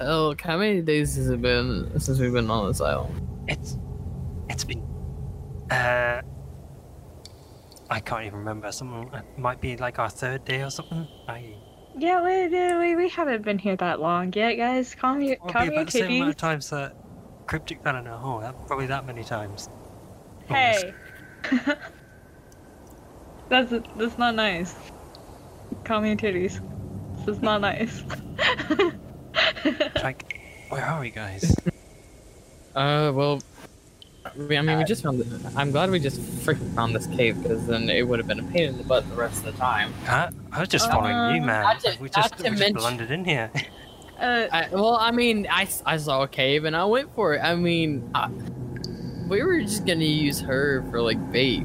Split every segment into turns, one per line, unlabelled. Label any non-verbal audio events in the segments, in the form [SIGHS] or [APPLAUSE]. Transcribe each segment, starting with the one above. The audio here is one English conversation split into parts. Elk, Oh, how many days has it been since we've been on this island?
It's it's been uh I can't even remember something it might be like our third day or something. I
Yeah, we, we- we, we haven't been here that long yet, guys. Calm your,
probably
calm your
about the same amount
titties.
of times that cryptic I don't know, oh that, probably that many times. Oh, Almost.
Hey. [LAUGHS] that's that's not nice. Calm your titties. This is not nice. [LAUGHS]
Like where are we guys?
Uh, well, we, I mean, we just found. The, I'm glad we just freaking found this cave because then it would have been a pain in the butt the rest of the time.
I, I was just following you,
Um,
man.
not to-
we
not
just,
to
we just
mention-
blundered in
[LAUGHS]
here.
uh,
I, well, I mean, I, s- I saw a cave and I went for it. I mean, I, we were just gonna use her for like bait.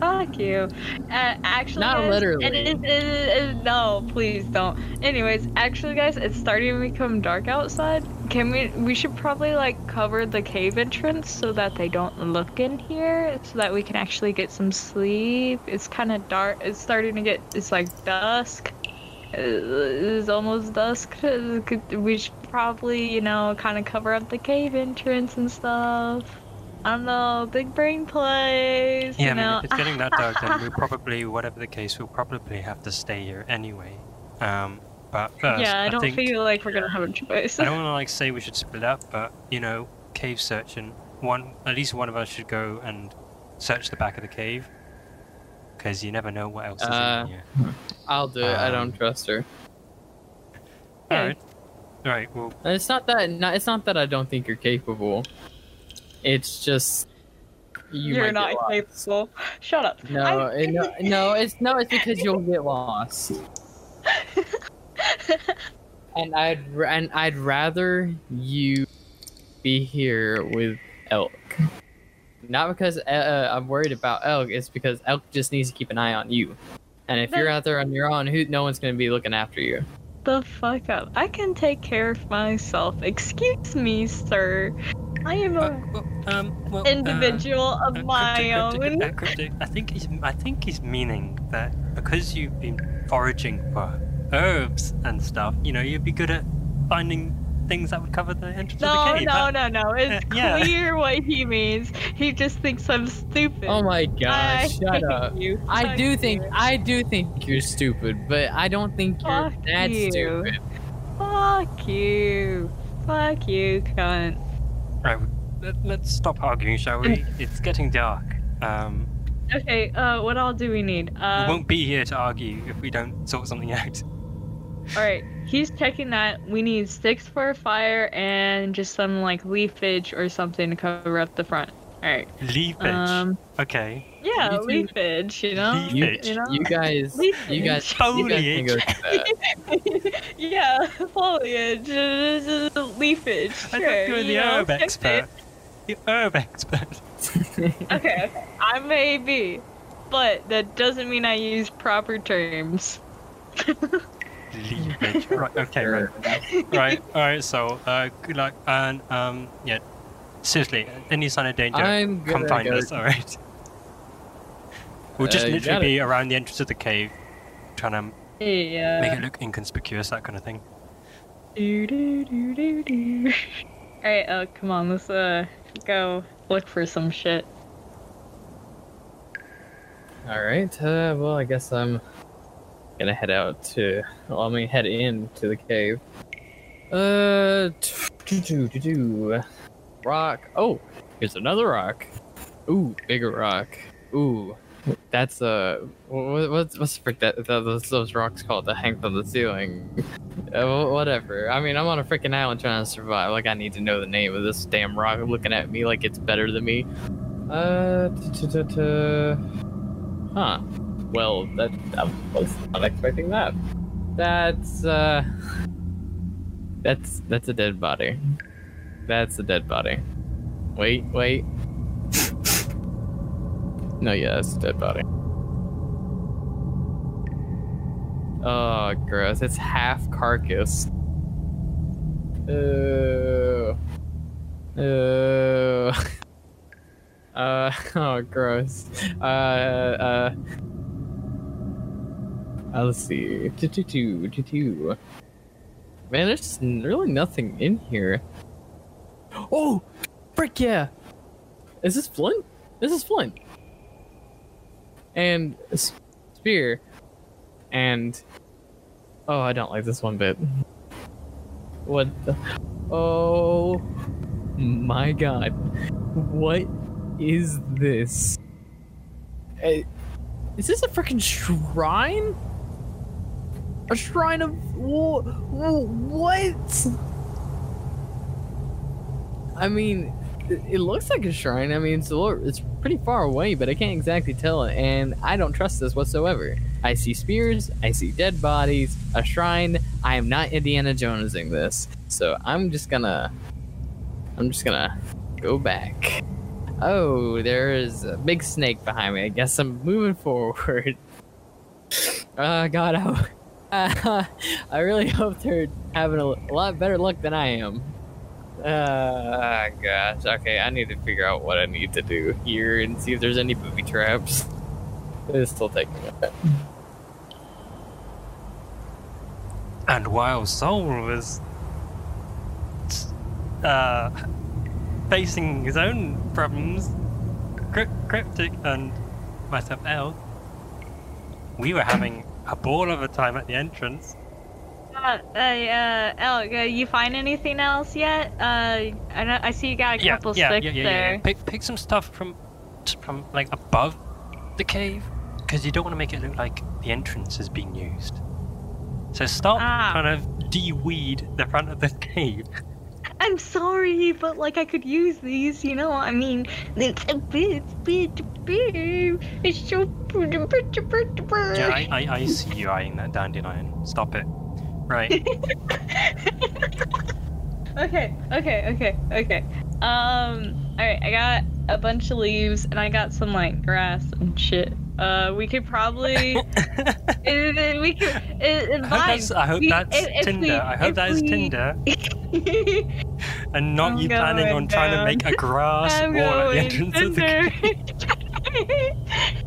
Fuck you. Uh, actually,
Not
guys,
literally.
It is, it is, it is- no, please don't. Anyways, actually, guys, it's starting to become dark outside. Can we? We should probably like cover the cave entrance so that they don't look in here, so that we can actually get some sleep. It's kind of dark. It's starting to get. It's like dusk. Uh, It's almost dusk. [LAUGHS] Could- We should probably, you know, kind of cover up the cave entrance and stuff. I don't know, big brain plays.
Yeah,
you
I mean,
know?
if it's getting that dark, then
[LAUGHS]
we'll probably, whatever the case, we'll probably have to stay here anyway. Um, but first,
yeah, I, don't
think
feel like we're gonna have a choice. [LAUGHS]
I don't want to like say we should split up, but you know, cave searching. One, at least one of us should go and search the back of the cave, because you never know what else is
Uh,
in here.
I'll do it. I don't
Um,
trust her.
yeah.
All right, all right. Well,
And it's not that. Not, it's not that I don't think you're capable. It's just you
are
might
not
get lost.
capable. Shut up.
No,
I-
it- no, no, it's no, it's because you'll get
[LAUGHS]
lost. and I'd r- and I'd rather you be here with Elk. Not because uh, I'm worried about Elk. It's because Elk just needs to keep an eye on you. And if you're out there on your own, who no one's gonna be looking after you.
The fuck up. I can take care of myself. Excuse me, sir. I am
uh,
an
well, um, well, uh,
individual
uh,
of my
cryptic, cryptic,
own.
uh, cryptic, I think he's, I think he's meaning that because you've been foraging for herbs and stuff, you know, you'd be good at finding things that would cover the entrance of
No,
the cave.
no,
That-
no, no. It's
Uh, yeah.
clear what he means. He just thinks I'm stupid.
Oh my gosh!
I
shut
hate [LAUGHS]
up.
You.
I
Fuck
do
you.
think I do think you're stupid, but I don't think you're
Fuck
that
you.
stupid.
Fuck you. Fuck you, cunt.
Right, let, let's stop arguing, shall [LAUGHS] we? it's getting dark. Um,
Okay, uh, what all do we need? Uh,
we won't be here to argue if we don't sort something out. [LAUGHS]
All right, he's checking that. We need sticks for a fire and just some like leafage or something to cover up the front. All right.
Leafage.
Um.
okay.
Yeah,
You two-
leafage. You know.
Leafage.
You,
You know?
you guys,
Leafage.
you guys, you guys can go to that. [LAUGHS]
yeah, [LAUGHS] foliage. uh, leafage.
I
Sure.
thought you were the
you know,
herb
sticks.
expert. The herb expert.
[LAUGHS]
[LAUGHS]
Okay, okay, I may be, but that doesn't mean I use proper terms.
Leafage. Right, okay, right.
Sure.
[LAUGHS] right, all right. So, uh, good luck, and um, yeah, seriously, any sign of danger,
I'm
come
gonna
find
go-
us. All right. We'll just
Uh, you
literally
got it.
be around the entrance of the cave, trying to make
Yeah.
it
Uh,
look inconspicuous, that kind of thing.
Do, do, do, do, do. [LAUGHS] All right. Oh, come on. Let's uh go look for some shit.
All right. Uh, well, I guess I'm gonna head out to. Well, I mean, head in to the cave. Uh, [SNIFFS] do do do do. Rock. Oh, here's another rock. Ooh, bigger rock. Ooh, that's uh, what, what's what's frick that, that those, those rocks called that hang from the ceiling? [LAUGHS] Uh, wh- whatever. I mean, I'm on a freaking island trying to survive. Like, I need to know the name of this damn rock looking at me like it's better than me. Uh, t- t- t- t- Huh. Well, that I was not expecting that. That's uh. That's that's a dead body. That's a dead body. Wait, wait. No, yeah, it's a dead body. Oh, gross. It's half carcass. Ew. Ew. [LAUGHS] Uh, [LAUGHS] oh, gross. Uh, uh. uh let's see. Do-do-do, do-do. Man, there's just n- really nothing in here. Oh! Frick yeah! Is this Flint? This is Flint. And s- Spear. And. Oh, I don't like this one bit. What the. Oh. My god. What is this? Eh, Is this a freaking shrine? A shrine of wh- wh- what? I mean, it, it looks like a shrine. I mean, it's a little, it's pretty far away, but I can't exactly tell. And I don't trust this whatsoever. I see spears. I see dead bodies. A shrine. I am not Indiana Jonesing this, so I'm just gonna, I'm just gonna go back. Oh, there is a big snake behind me. I guess I'm moving forward. [LAUGHS] Oh God, I, [LAUGHS] I really hope they're having a, l- lot better luck than I am. Uh, gosh. Okay, I need to figure out what I need to do here and see if there's any booby traps. It's still taking a bit.
And while Sol was uh, facing his own problems, Cryp- Cryptic and myself, El, we were having a ball of a time at the entrance.
Uh, uh, uh, Elk, uh, you find anything else yet? Uh, I know, I see you got a couple sticks there.
Pick, pick some stuff from, t- from like above the cave, because you don't want to make it look like the entrance is being used. So stop
Ah.
trying to de-weed the front of the [LAUGHS] cave.
I'm sorry, but like I could use these, you know. I mean, it's a bit, bit, bit. It's so.
Yeah, I, I, I see you eyeing that dandelion. Stop it.
[LAUGHS]
Right.
okay, okay, okay, okay. Um, alright, I got a bunch of leaves and I got some like grass and shit. Uh, we could probably.
I
Eh, eh, we could. It, it,
hope that's, I hope
We-
that's
if- if
Tinder.
we-
I hope
if
that is
we-
Tinder
[LAUGHS]
and not
I'm
you planning
going
on trying to
down.
make a grass
I'm
wall at the
going
entrance of the
under.
cave.
[LAUGHS]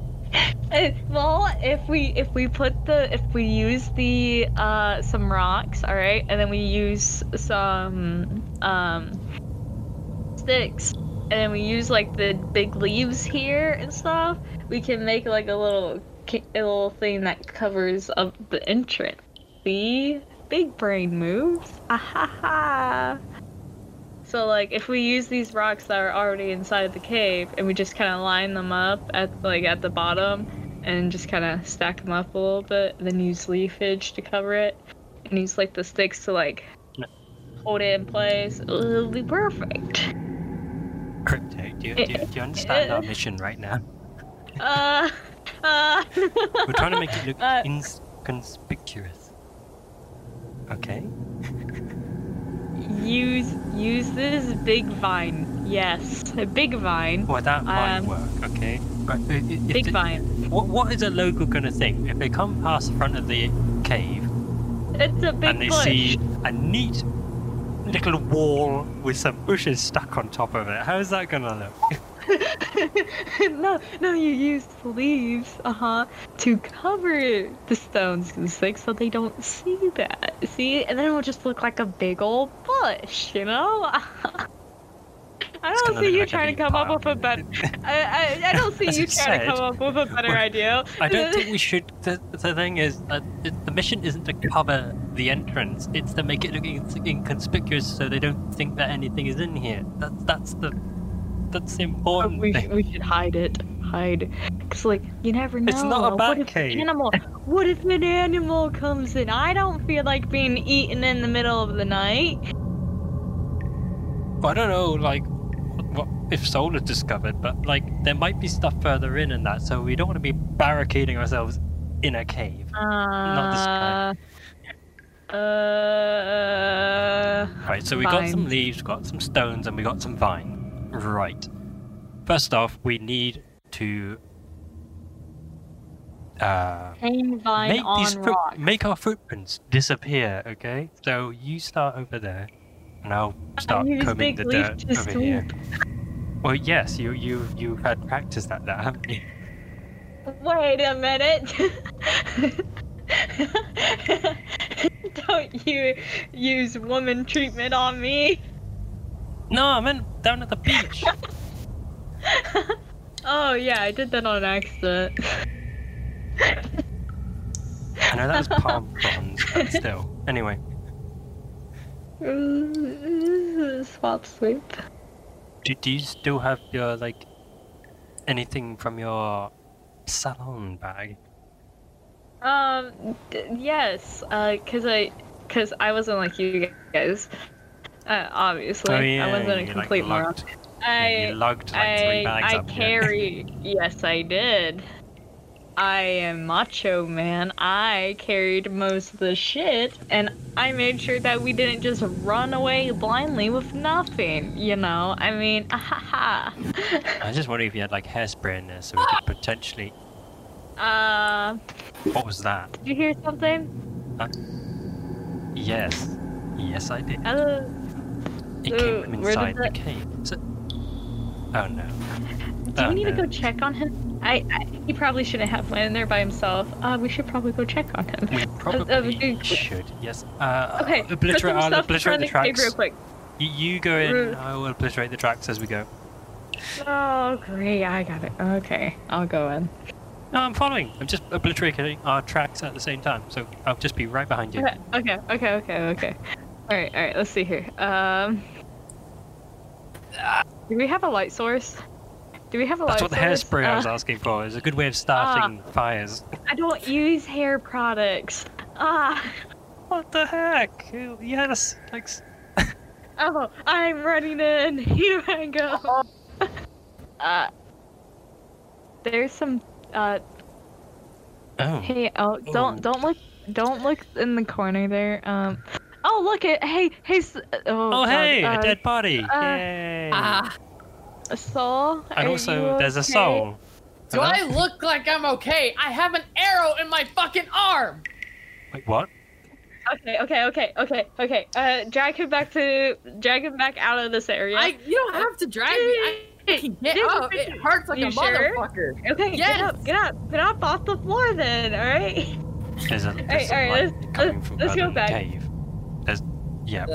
Eh, well, if we if we put the if we use the uh some rocks, all right, and then we use some um sticks, and then we use like the big leaves here and stuff, we can make like a little ca- a little thing that covers up the entrance. See, big brain moves. Ah ha ha. So like if we use these rocks that are already inside the cave and we just kind of line them up at like at the bottom and just kind of stack them up a little bit, then use leafage to cover it and use like the sticks to like
Yeah.
hold it in place, it'll be perfect.
[LAUGHS] Crypto, do you, do, you, do you understand our mission right now?
Uh, [LAUGHS] uh.
We're trying to make it look
[LAUGHS] Uh,
inconspicuous. Okay.
use use this big vine. Yes, a big vine.
Well, that might
Um,
work. Okay. But i- i- if
Big
the-
vine.
what, what is a local gonna think if they come past the front of the cave
It's a big
and they
bush.
see a neat little wall with some bushes stuck on top of it. How is that gonna look?
[LAUGHS] no, no, you use the leaves, uh huh, to cover the stones and sticks so they don't see that. See? And then it'll just look like a big old bush, you know? [LAUGHS] I
It's
don't
gonna
see
look
you
like a
trying
big
to come up
pile.
with a better. I, I, I
[LAUGHS]
don't see
As
you
you
trying to
said,
come up with a better
we're-
idea.
I don't
[LAUGHS]
think we should. The, the thing is, uh, it, the mission isn't to cover the entrance; it's to make it look ins- inconspicuous so they don't think that anything is in here. That's that's the that's the important
we,
thing.
we should hide it. Hide. Because, like, you never know.
It's not a
what
bat
if
cave.
An animal, what if an animal comes in? I don't feel like being eaten in the middle of the night.
I don't know, like what if solar discovered, but like there might be stuff further in and that, so we don't want to be barricading ourselves in a cave.
Uh,
this guy.
Uh,
Right, so we got some leaves, got some stones, and we got some vine. Right. First off, we need to uh,
Hang vine
make
on
these foot-
rock.
make our footprints disappear. Okay, so you start over there, and I'll start
use
combing the
big leaf
dirt
to
over here. Well, yes, you you you've had practice at that, haven't you?
Wait a minute. [LAUGHS] Don't you use woman treatment on me? [LAUGHS]
No, I meant down at the beach.
Oh yeah, I did that on accident.
I know that was
[LAUGHS]
palm fronds, but still. Anyway,
Swap sweep.
do, do you still have your like anything from your salon bag?
Um, d- yes, uh, cause I, cause I wasn't like you guys. Uh, obviously, I wasn't a
Oh, you,
complete
like,
moron.
lugged,
I,
yeah, you lugged like
I,
three bags
I
up. yeah.
carry. yes, I did. I am macho man. I carried most of the shit, and I made sure that we didn't just run away blindly with nothing. You know, I mean, [LAUGHS] uh, ha
[LAUGHS] I was just wondering if you had like hairspray in there, so we could potentially.
Uh,
What was that?
did you hear something?
Yes, yes, I did.
Uh,
It came
uh,
from
where did
inside the
that-
cave. So... Oh no.
Do
Oh,
we need
no.
to go check on him? I, I he probably shouldn't have went in there by himself. Uh, we should probably go check on him.
We probably
okay.
should. Yes. Uh,
[LAUGHS] Okay, put
Obliterate.
some
I'll
stuff in
obliterate
front
the
of cave
tracks.
real quick.
You, you go in.
Rude.
I will obliterate the tracks as we go.
Oh great, I got it. Okay, I'll go in.
No, I'm following. I'm just obliterating our tracks at the same time, so I'll just be right behind you.
Okay, okay, okay, okay, okay. All right, all right. Let's see here. Um, do we have a light source? Do we have a
That's
light
what the
source?
hairspray I was
Uh, Ah.
asking for. It's a good way of starting fires.
I don't use hair products. Ah.
What the heck? You you had us like. s-
Oh, I'm running in. [LAUGHS] Here I go. uh, there's some. Uh,
Oh.
hey, oh,
Oh.
don't don't look, don't look in the corner there. Um, oh look at hey hey. s- Oh,
Oh
God,
hey,
uh,
a dead body!
uh,
Yay!
Ah,
a soul.
and
Are
also,
you
there's a
okay?
soul.
do
Hello?
I look like I'm okay? I have an arrow in my fucking arm.
Wait, what?
Okay, okay, okay, okay, okay. Uh, drag him back to drag him back out of this area.
I you don't have to drag me. I can get
Dude,
up. It hurts like
you
a
sure?
motherfucker.
Okay,
Yes.
get up, get up, get up off the floor then. All right. [LAUGHS]
There's a there's
Alright,
some
alright,
light
let's-
coming
let's-
from
let's go
under the
back. Ah.
cave. There's yeah.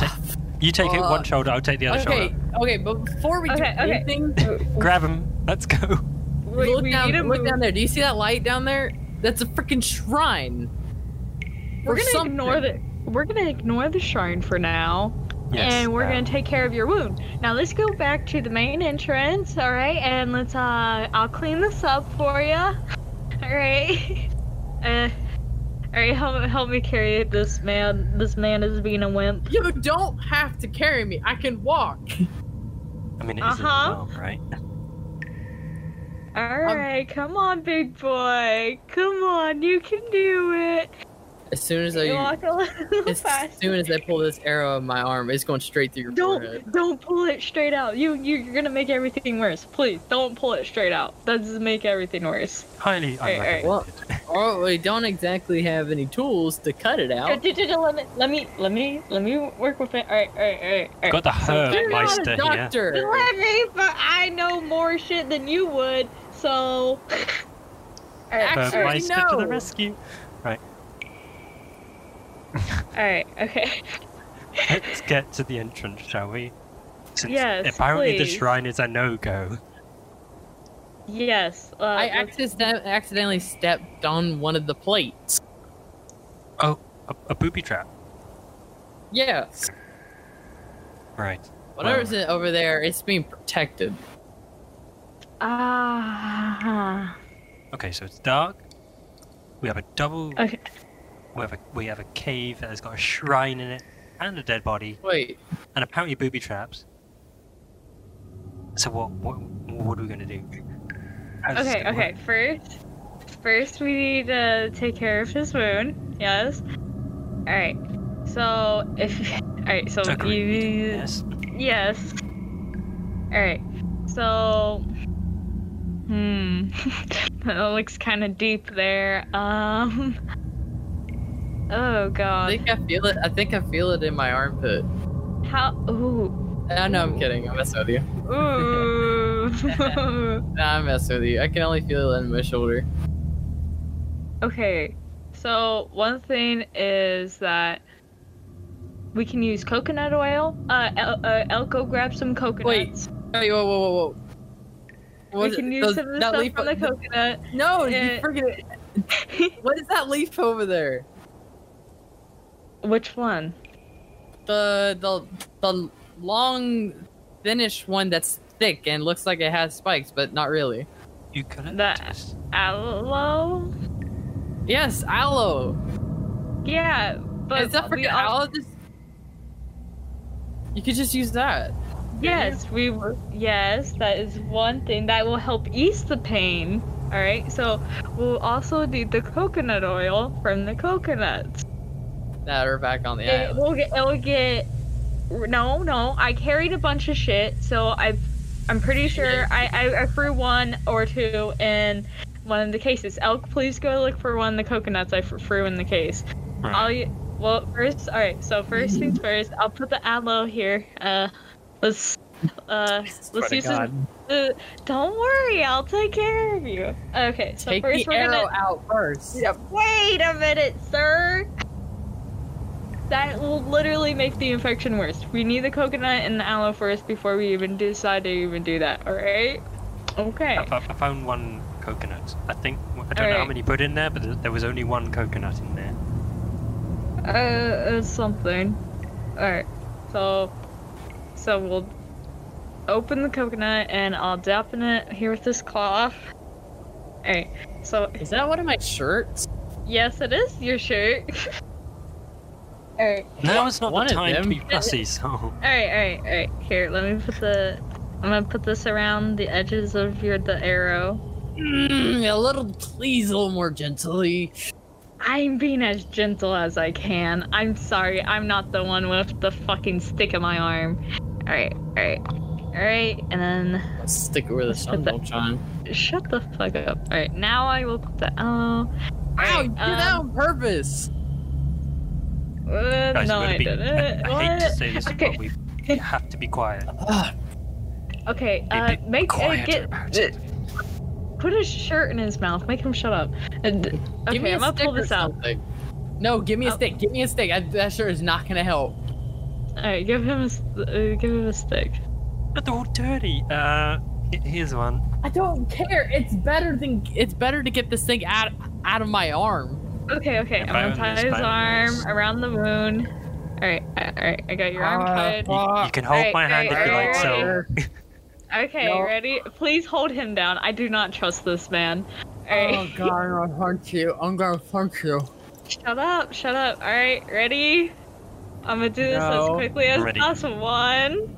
Ugh.
You take it one
Fuck.
shoulder, I'll take the other
Okay,
shoulder.
okay, but before we
Okay,
do
okay. [LAUGHS]
anything,
Grab him. Let's go. [LAUGHS]
We,
look
we
down.
need to
Look
move.
down there. Do you see that light down there? That's a freaking shrine.
We're
Or
gonna
something.
ignore the we're gonna ignore the shrine for now, and
Um,
we're gonna take care of your wound. Now let's go back to the main entrance, all right? And let's uh, I'll clean this up for you, [LAUGHS] all right? [LAUGHS] Uh, all right, help help me carry this man. This man is being a wimp.
You don't have to carry me. I can walk.
I mean, it is in the
Uh-huh.
arm, right?
All right, come on, big boy. Come on, you can do it.
As soon as
You
I,
walk a [LAUGHS] little
as
fast.
soon as I pull this arrow in my arm, it's going straight through your forehead.
Don't don't pull it straight out. You you- you're gonna make everything worse. Please don't pull it straight out. That does make everything worse.
Highly
Alright, alright.
unrecommended.
Oh, we don't exactly have any tools to cut it
Ju-
out.
ju- ju- ju- Let me let me let me let me work with it. All right, all right, all right, all right.
Got the herb
You're not
meister
a
here.
doctor.
Let me, but I know more shit than you would. So. [LAUGHS]
Herb
Actually,
meister to the
no.
rescue.
all right, okay. [LAUGHS]
Let's get to the entrance, shall we? Since
Yes,
apparently the
please.
shrine is a no-go.
Yes. Uh,
I
let's-
accident- accidentally stepped on one of the plates.
A, a booby trap.
Yeah,
Right.
whatever's in over there, it's being protected.
Ah.
Okay, so it's dark. We have a double.
Okay.
We have a we have a cave that has got a shrine in it and a dead body
Wait,
and apparently booby traps. So what what what are we gonna do? How does this
Okay.
gonna work?
Okay. First, first we need to take care of his wound. Yes. All right. So if [LAUGHS] all right, so
Agreed.
you
Yes.
Yes. All right. So, hmm. Hmm. [LAUGHS] that looks kind of deep there. Um. Oh
I
god.
think I feel it. I think I feel it in my armpit.
How? Ooh.
I know I'm kidding. I'm messing with you.
Ooh. [LAUGHS]
Nah, I'm messing with you. I can only feel it in my shoulder.
okay. So one thing is that we can use coconut oil. Uh, El- uh Elko grab some coconuts.
Hey, whoa, whoa, whoa, whoa.
we can use
does
some of the
that
stuff
leaf
from the coconut.
No,
Uh,
you forget. What is that leaf over there?
[LAUGHS] Which one?
The the the long, thinnish one that's thick and looks like it has spikes, but not really.
Eucalyptus.
Aloe.
Yes, aloe.
Yeah, but
Is that for
we al-
aloe? Just... You could just use that.
Yes, we were. Yes, that is one thing that will help ease the pain. All right, so we'll also need the coconut oil from the coconuts.
That are back on the
It
island.
will get. It will get. No, no. I carried a bunch of shit, so I, I'm pretty sure I, I, I threw one or two in one of the cases. Elk, please go look for one of the coconuts I f- threw in the case. I'll y- well first. All right. So
[LAUGHS]
first things first. I'll put the aloe here. Uh, let's uh let's use this. Uh, don't worry. I'll take care of you. Okay. So
Take
first
the
we're
arrow
gonna.
out first.
Yeah, Wait a minute, sir. That will literally make the infection worse. We need the coconut and the aloe first before we even decide to even do that. All right. Okay.
I, fo- I found one coconut. I think I don't know how
Alright.
many put in there, but th- there was only one coconut in there.
Uh, uh, something. Alright, so. So we'll open the coconut and I'll dampen it here with this cloth. Alright, so
Is that one of my shirts?
yes, it is your shirt. [LAUGHS] alright,
Now is not
One
the
of
time to
them.
be fussy.
[LAUGHS]
So
alright, alright, alright. Here, let me put the. I'm gonna put this around the edges of your the arrow.
Mm, a little, please, a little more gently.
I'm being as gentle as I can. I'm sorry, I'm not the one with the fucking stick in my arm. Alright, alright, alright, and then.
Let's stick it where the
Let's put
sun [LAUGHS]
that-
don't shine.
Shut the fuck up. Alright, now I will put the oh.
Ow, you did that
um,
on purpose.
Uh,
Guys,
no,
we're
I
gonna be-
didn't.
I hate to
What?
say this,
Okay.
but we we have to be quiet.
Ah,
Okay,
Be a
uh,
bit
make uh,
quieter
get
about it.
put a shirt in his mouth. Make him shut up. And-
give me
okay,
a
I'm gonna
stick
pull
or
this out.
something. No, give me a
Oh.
stick. Give me a stick. I, that sure is not gonna help.
Alright, give him a s- uh, give him a stick.
But they're all dirty. Uh, he- here's one.
I don't care. It's better than it's better to get this thing out out of my arm.
Okay, okay, I'm
If I
gonna
own
tie
this,
his
if I own
arm
this.
around the wound. Alright, alright, I got your arm
Ah,
tied.
You, you can hold
Alright,
my hand if
alright,
you like. So
alright.
Okay,
No.
ready? Please hold him down. I do not trust this man. Alright.
Oh god, I'm gonna punch you. I'm gonna punch you.
[LAUGHS] Shut up, shut up. Alright, ready? I'm gonna do this as
No.
quickly as
I'm ready.
possible. One,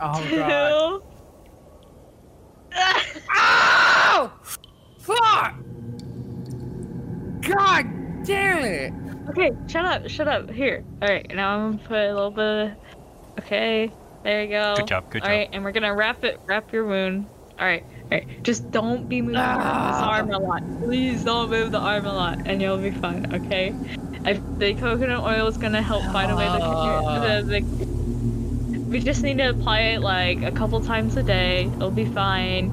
Oh
two.
[LAUGHS] god.
[LAUGHS]
[LAUGHS] Ow! Fuck! God damn it!
okay, shut up, shut up. Here. Alright, now I'm gonna put a little bit of... Okay, there you go.
good job, good job.
Alright, and we're gonna wrap it, wrap your wound. Alright, alright. Just don't be moving this
Ah.
arm a lot. Please don't move the arm a lot, and you'll be fine, okay? If the coconut oil is gonna help fight away
Ah.
the, the, the, We just need to apply it like a couple times a day. It'll be fine.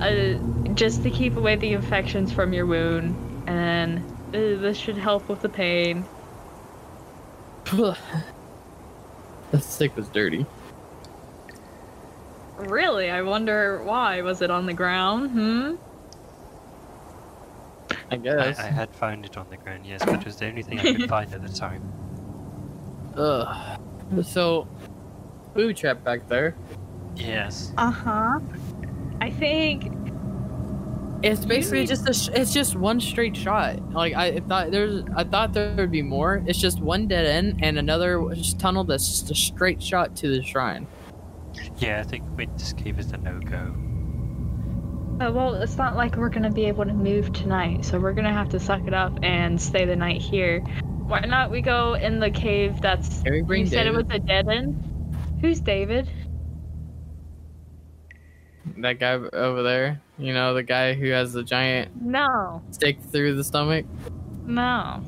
Uh, just to keep away the infections from your wound, and uh, this should help with the pain.
that stick was dirty.
Really, I wonder why. Was it on the ground? Hmm.
I
I,
guess.
I had found it on the ground, yes, but it was the only thing I
[LAUGHS]
could find at the time.
Ugh. So, food trap back there.
Yes.
Uh huh. I think
It's basically
need-
just a. Sh- it's just one straight shot. Like I thought there's. I thought there would be more. It's just one dead end and another just tunnel that's just a straight shot to the shrine.
Yeah, I think we just gave it a no go.
Uh, well, it's not like we're gonna be able to move tonight, so we're gonna have to suck it up and stay the night here. Why not we go in the cave that's.
Can we bring
you said it
David?
was a dead end? Who's David?
that guy over there? You know, the guy who has the giant
No,
stick through the stomach?
no.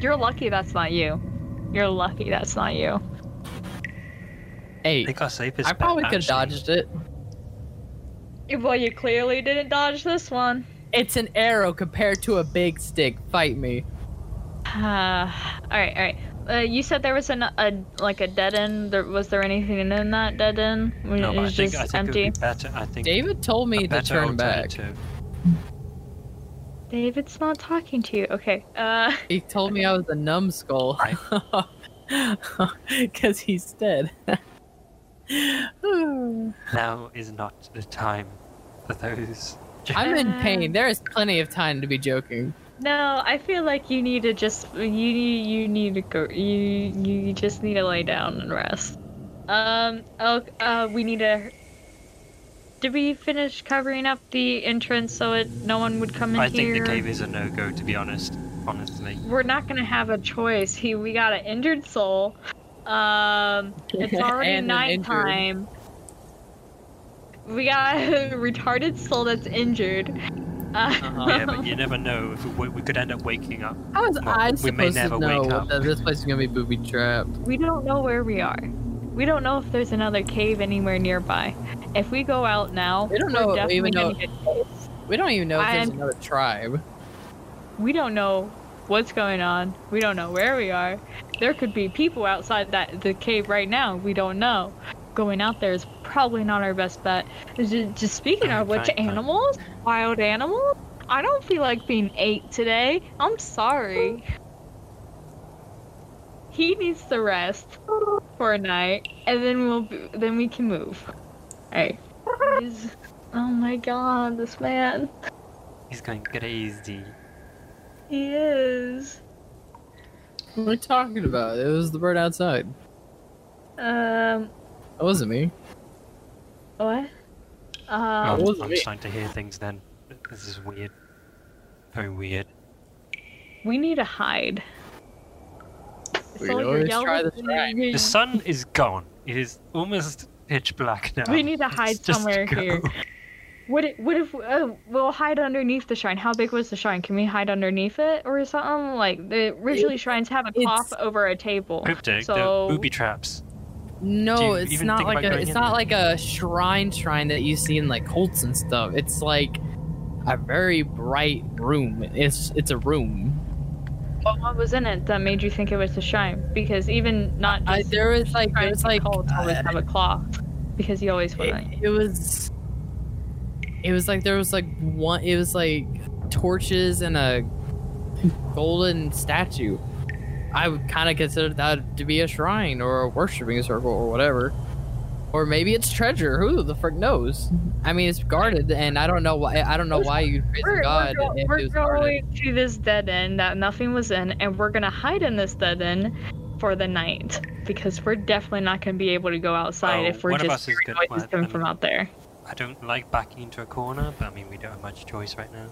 You're lucky that's not you. You're lucky that's not you.
I
Hey,
think our safest
I
bet,
probably could have
actually-
dodged it.
Well, you clearly didn't dodge this [SIGHS] one.
It's an arrow compared to a big stick. Fight me.
Uh, all right, all right. Uh, you said there was an, a like a dead end. There, was there anything in that dead end? Was
No,
it
but I
was
think,
just
I think
empty.
it would be better. I think
David told me
a
to
better
turn back.
alternative-
David's not talking to you. Okay. Uh,
He told me I was a numbskull. [LAUGHS] Because he's [SIGHS] dead. I'm
Now is not the time for those.
in pain. There is plenty of time to be joking.
no, I feel like you need to just you need you need to go. You you just need to lay down and rest. Um. Oh. Uh. We need to. Did we finish covering up the entrance so it no one would come in
I
here?
think the cave is a no-go, to be honest.
[LAUGHS]
Honestly,
we're not gonna have a choice. He, we got an injured soul. Um, it's already
[LAUGHS] And an injured.
nighttime. We got a [LAUGHS] retarded soul that's injured. Uh,
Uh-huh. yeah, but you never know. If we, we could end up waking up.
How was
Well,
I
we
supposed
may never
to know
wake up.
that this place is gonna be booby trapped?
we don't know where we are. We don't know if there's another cave anywhere nearby. If we go out now,
We don't
we're
know- we
definitely
even know-
gonna get chased.
We don't even know if there's
I'm-
another tribe.
We don't know what's going on. We don't know where we are. There could be people outside that the cave right now. We don't know. Going out there is probably not our best bet. J- Just speaking of which,
Okay, fine.
animals, wild animals. I don't feel like being eight today. I'm sorry. He needs to rest for a night, and then we'll b- then we can move. Hey. He's- Oh my God, this man.
He's going crazy.
He is.
What are we talking about? It was the bird outside.
Um.
It wasn't me.
What?
Oh,
Um,
what was
I'm, I'm
it?
starting to hear things. Then this is weird. Very weird.
we need to hide.
We
So
can
you're
always
yelling-
try this time.
The sun is gone. It is almost pitch black now.
We need to hide
Let's just
somewhere
[LAUGHS] go.
here. What if, what if uh, we'll hide underneath the shrine? How big was the shrine? Can we hide underneath it or something? Like the originally shrines have a cloth
it's-
over a table.
Cryptic.
so
The booby traps. Do
No,
you
it's
even
not
think
like
about
a
going
it's
in
not
there?
like a shrine shrine that you see in like cults and stuff. It's like a very bright room. It's it's a room.
But what was in it that made you think it was the shrine? Because even not
I,
just
there was like there
shrines
was
and
like
cults always
uh,
have a cloth because you always wouldn't.
it, it was it was like there was like one it was like torches and a golden statue i would kind of consider that to be a shrine or a worshiping circle or whatever or maybe it's treasure who the frick knows i mean it's guarded and i don't know why i don't know why you'd praise
We're,
god
we're, go-
if
we're
it was guarded.
going to this dead end that nothing was in, and we're gonna hide in this dead end for the night because we're definitely not gonna be able to go outside
Oh,
if we're
one of
just
us is
hearing
good
noises
with
coming
them.
from out there.
I don't like backing into a corner, but I mean we don't have much choice right now.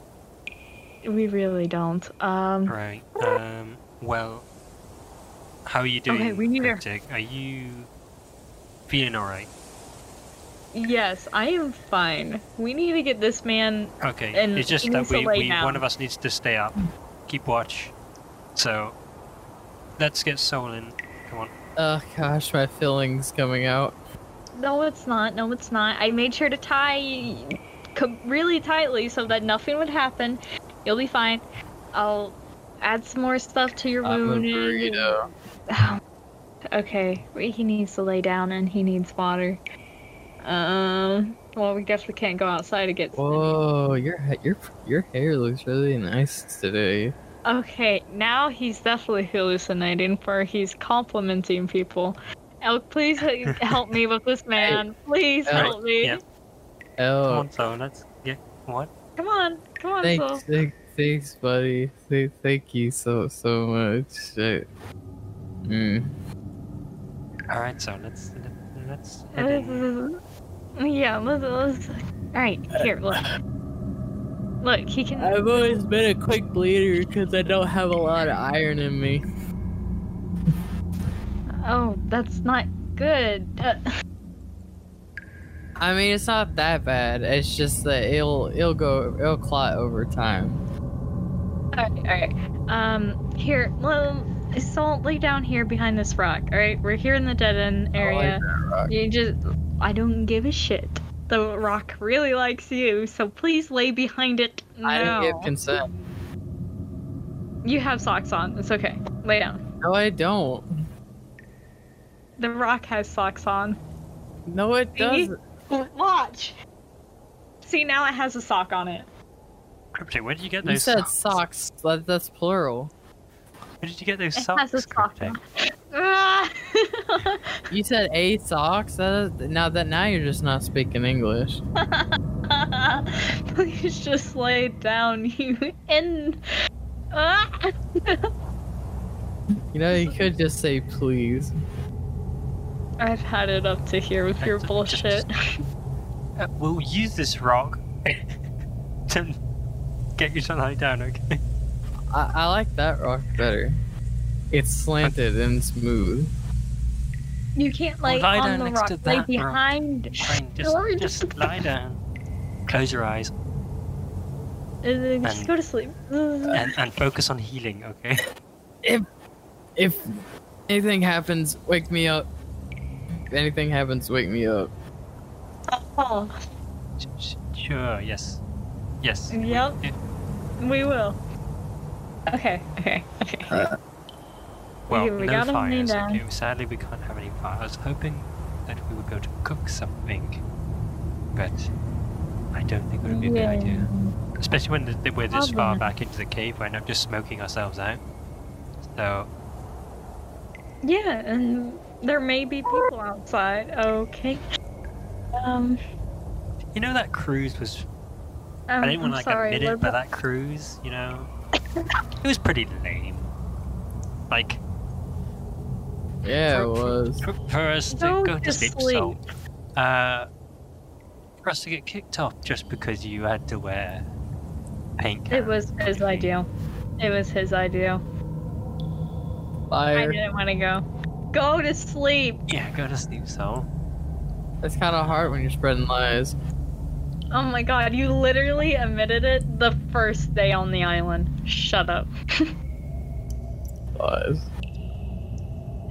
We really don't. Um,
Right. Um. Well. How are you doing?
Okay, we need to-
Cryptic? Are you feeling all right?
yes, I am fine. We need to get this man.
Okay.
And
it's just
he
that
needs to
we,
lay
we one
down.
of us needs to stay up, keep watch. So let's get Soul in. Come on.
oh gosh my feelings coming out
No, it's not. No, it's not. I made sure to tie co- really tightly so that nothing would happen. You'll be fine. I'll add some more stuff to your
i'm a
wound. and-
burrito
Okay, he needs to lay down and he needs water. Um, well, we guess we can't go outside to get.
whoa your ha- your your hair looks really nice today
Okay, now he's definitely hallucinating, for he's complimenting people. Elk, please h- help me with this man. Please
Alright,
help me.
yeah. Come
oh
on, Soul. Let's get what?
Come on, come on, Sol.
Thanks, thank, thanks, buddy. Thank, thank you so so much. I, mm,
All right, so let's let- let's head
Uh,
in.
Yeah, let's. let's... Alright, here, look. Look, he can.
I've always been a quick bleeder because I don't have a lot of iron in me.
Oh, that's not good. Uh,
I mean, it's not that bad. It's just that it'll it'll go it'll clot over time.
All right, all right. Um, here, well, so lay down here behind this rock. All right, we're here in the dead end
Oh, I like
area.
that rock.
You just, I don't give a shit. The rock really likes you, so please lay behind it now.
I didn't give consent.
you have socks on. It's okay. Lay down.
No, I don't.
The rock has socks on.
No, it
See?
doesn't.
Watch. See now it has a sock on it.
Cryptic, where did you get
You
those?
said
socks?
socks. That, that's plural.
Where did you get those
It
socks?
has a sock
Cryptic?
on. [LAUGHS] Ah!
You said a socks. That, now that now you're just not speaking English.
[LAUGHS] Please just lay down, you in. [LAUGHS] Ah!
You know, you could just say please.
I've had it up to here with your
Just-
bullshit.
Uh, we'll use this rock [LAUGHS] to get you to lie down, okay?
I, I like that rock better. It's slanted and smooth.
You can't lay
lie
on
down
the
next
rock.
to
Lay
that rock.
behind.
Fine, just,
Or
just lie down. Close your eyes
Uh, just
And-
go to sleep.
and, and focus on healing, okay?
If anything happens, wake me up. If anything happens, wake me up.
[LAUGHS] Oh,
Sh- sh- Sure, yes. Yes.
Yep.
Yeah.
we will. Okay, okay, okay.
Uh,
Well,
Yeah, we
no
gotta lay
fires.
down.
Okay, sadly, we can't have any fires. I was hoping that we would go to cook something, but I don't think it would be a
Yeah.
good idea. Especially when th- we're this
Probably
far
not.
back into the cave, we're not just smoking ourselves out. So,
Yeah, and there may be people outside. Okay. Um,
you know, that cruise was.
um
I didn't want
I'm
to like
sorry,
admit it,
what
but that
about-
cruise, you know, it was pretty lame. Like,
Yeah, it
For-
was.
for, for us to
Go
go,
to
to sleep, so, uh, for us to get kicked off just because you had to wear paint.
It was his idea. It was his idea. I
Fire.
didn't want to go. Go to sleep.
Yeah, go to sleep, so.
That's kind of hard when you're spreading lies.
Oh my god, you literally admitted it the first day on the island. Shut up. [LAUGHS]
Lies.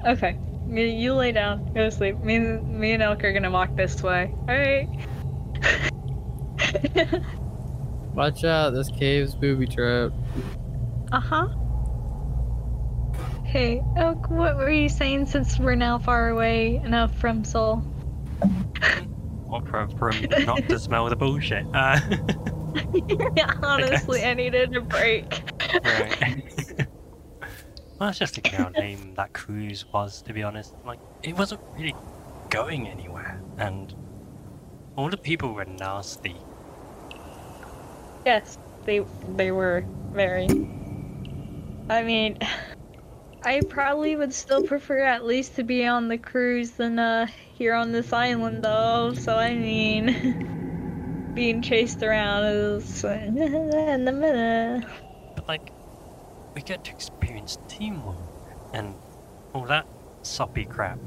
Okay. Me, you lay down. Go to sleep. Me, and- me and Elk are gonna walk this way. All [LAUGHS] right.
Watch out, this cave's booby trap.
uh huh. Hey, Elk. What were you saying? Since we're now far away enough from Seoul. [LAUGHS]
Or for, for him not to smell the bullshit. Uh,
Honestly, I needed a break.
right. [LAUGHS] well, that's just thinking how lame that cruise was, to be honest. Like, it wasn't really going anywhere, and all the people were nasty.
Yes, they they were very. I mean, I probably would still prefer at least to be on the cruise than uh here on this island though. So I mean, [LAUGHS] being chased around is [LAUGHS] in the minute.
But like, we get to experience teamwork and all that soppy crap.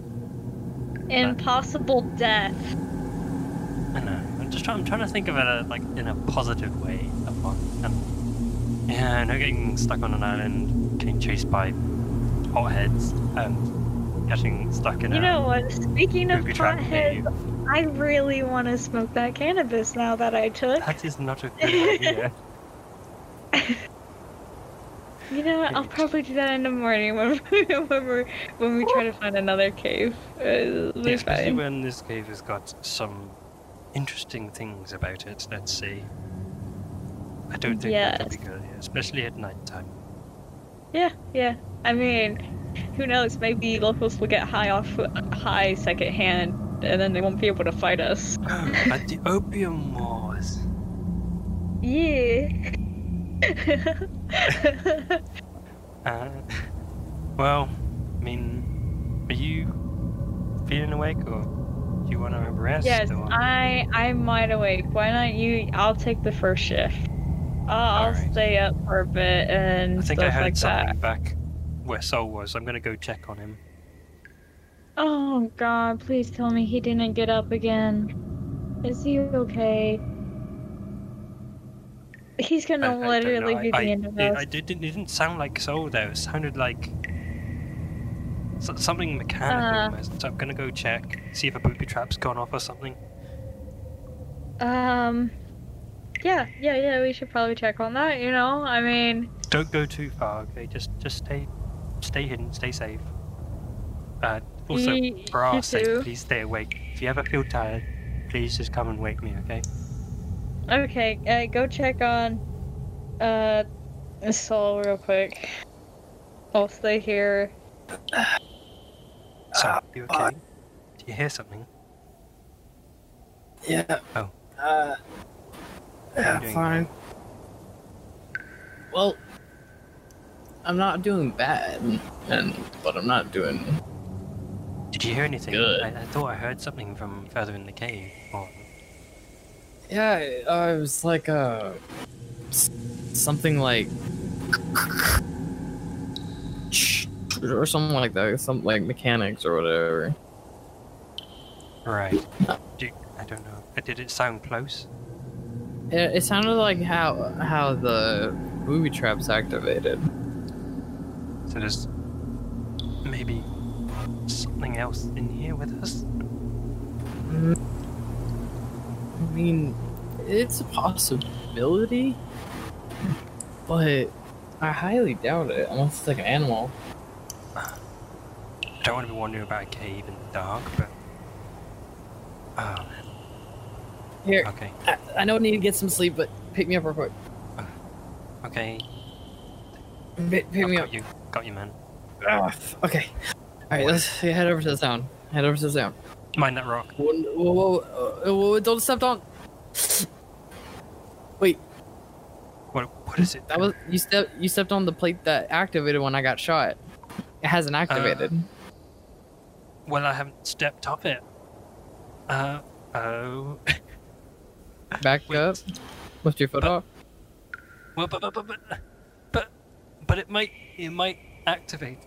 Impossible death.
I know. I'm just trying. I'm trying to think of it uh, like in a positive way. of what- And, yeah, no getting stuck on an island, getting chased by hotheads, and getting stuck in
You
a
know what? Speaking of
booby trap
potheads,
cave.
I really want to smoke that cannabis now that I took.
That is
[LAUGHS]
not a good idea.
You know, what, I'll
Great.
probably do that in the morning when [LAUGHS] we when, we're, when we try to find another cave. Uh,
Yeah,
we
especially
find.
when this cave has got some interesting things about it. Let's see. I don't think that'd be a good idea, especially at night time.
Yeah, yeah. I mean, who knows? Maybe locals will get high off high secondhand, and then they won't be able to fight us.
[CLEARS THROAT] At the Opium Wars.
Yeah. [LAUGHS]
Uh, well, I mean, are you feeling awake or do you want to rest?
yes,
or...
I I'm wide awake. Why not you? I'll take the first shift. I'll, I'll
Alright.
stay up for a bit and
I think I
stuff
heard
like
something
that.
back where Sol was. I'm going to go check on him.
Oh God! Please tell me he didn't get up again. Is he okay? He's gonna
I- I don't
literally
know,
be the
I,
end of
I,
us.
I didn't. It didn't sound like soul though. It sounded like so- something mechanical.
Uh.
almost. So I'm gonna go check, see if a booby trap's gone off or something.
Um. Yeah, yeah, yeah. We should probably check on that. You know, I mean,
Don't go too far. Okay, just just stay, stay hidden, stay safe. Uh, also,
Ye-
for our
you
sake,
too.
please stay awake. If you ever feel tired, please just come and wake me. Okay.
okay. Uh, go check on, uh, Soul real quick. I'll stay here.
So,
Uh,
you
uh.
okay? Do you hear something?
Yeah.
Oh.
Uh,
How you
yeah,
doing?
fine. Well, I'm not doing bad, and but I'm not doing.
Did you hear anything?
Good.
I, I thought I heard something from further in the cave. Or
Yeah, uh, it was like uh, s- something like or something like that, some like mechanics or whatever.
Right. Do I don't know. Uh, Did it sound close?
It, it sounded like how how the booby traps activated.
So there's maybe something else in here with us?
I mean, it's a possibility, but I highly doubt it. Unless it's like an animal.
I don't want to be wandering about a cave in the dark, but. Oh,
Here,
okay.
I, I know I need to get some sleep, but pick me up real quick.
Okay.
P- pick
I've
me
got
up.
you. Got you, man.
Ah, f- okay. All right, let's head over to the sound. Head over to the sound.
Mind that rock.
Whoa, whoa, whoa, uh, whoa, whoa, don't step on. Wait,
What? What is it?
that was you step you stepped on the plate that activated when I got shot. It hasn't activated.
Well, I haven't stepped off it. Uh oh. [LAUGHS]
Back
wait.
up. Lift your foot
Uh,
off.
Well, but but but but but but it might it might activate.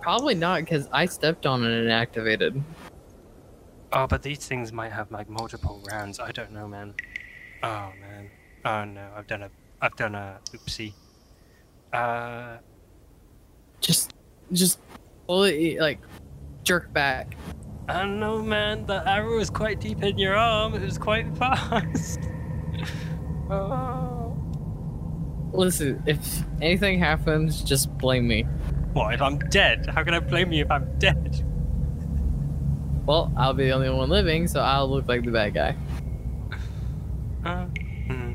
Probably not, because I stepped on it and it activated.
Oh, but these things might have like multiple rounds. I don't know, man. Oh man. Oh no, I've done a I've done a oopsie. Uh,
Just, just pull it, eh, like, jerk back.
I don't know, man. The arrow was quite deep in your arm. It was quite [LAUGHS] fast. oh.
Listen, if anything happens, just blame me.
What if I'm dead? How can I blame you if I'm dead?
Well, I'll be the only one living, so I'll look like the bad guy.
Uh, hmm.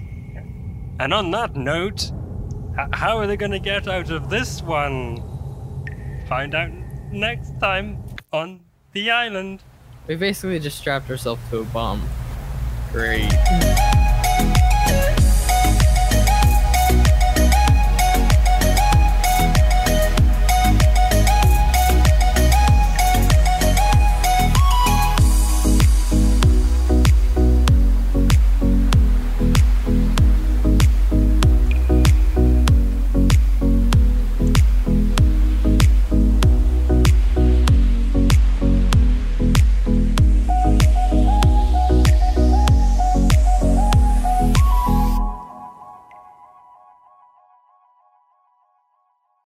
And on that note, h- how are they going to get out of this one? Find out next time on the island.
We basically just strapped ourselves to a bomb. Great.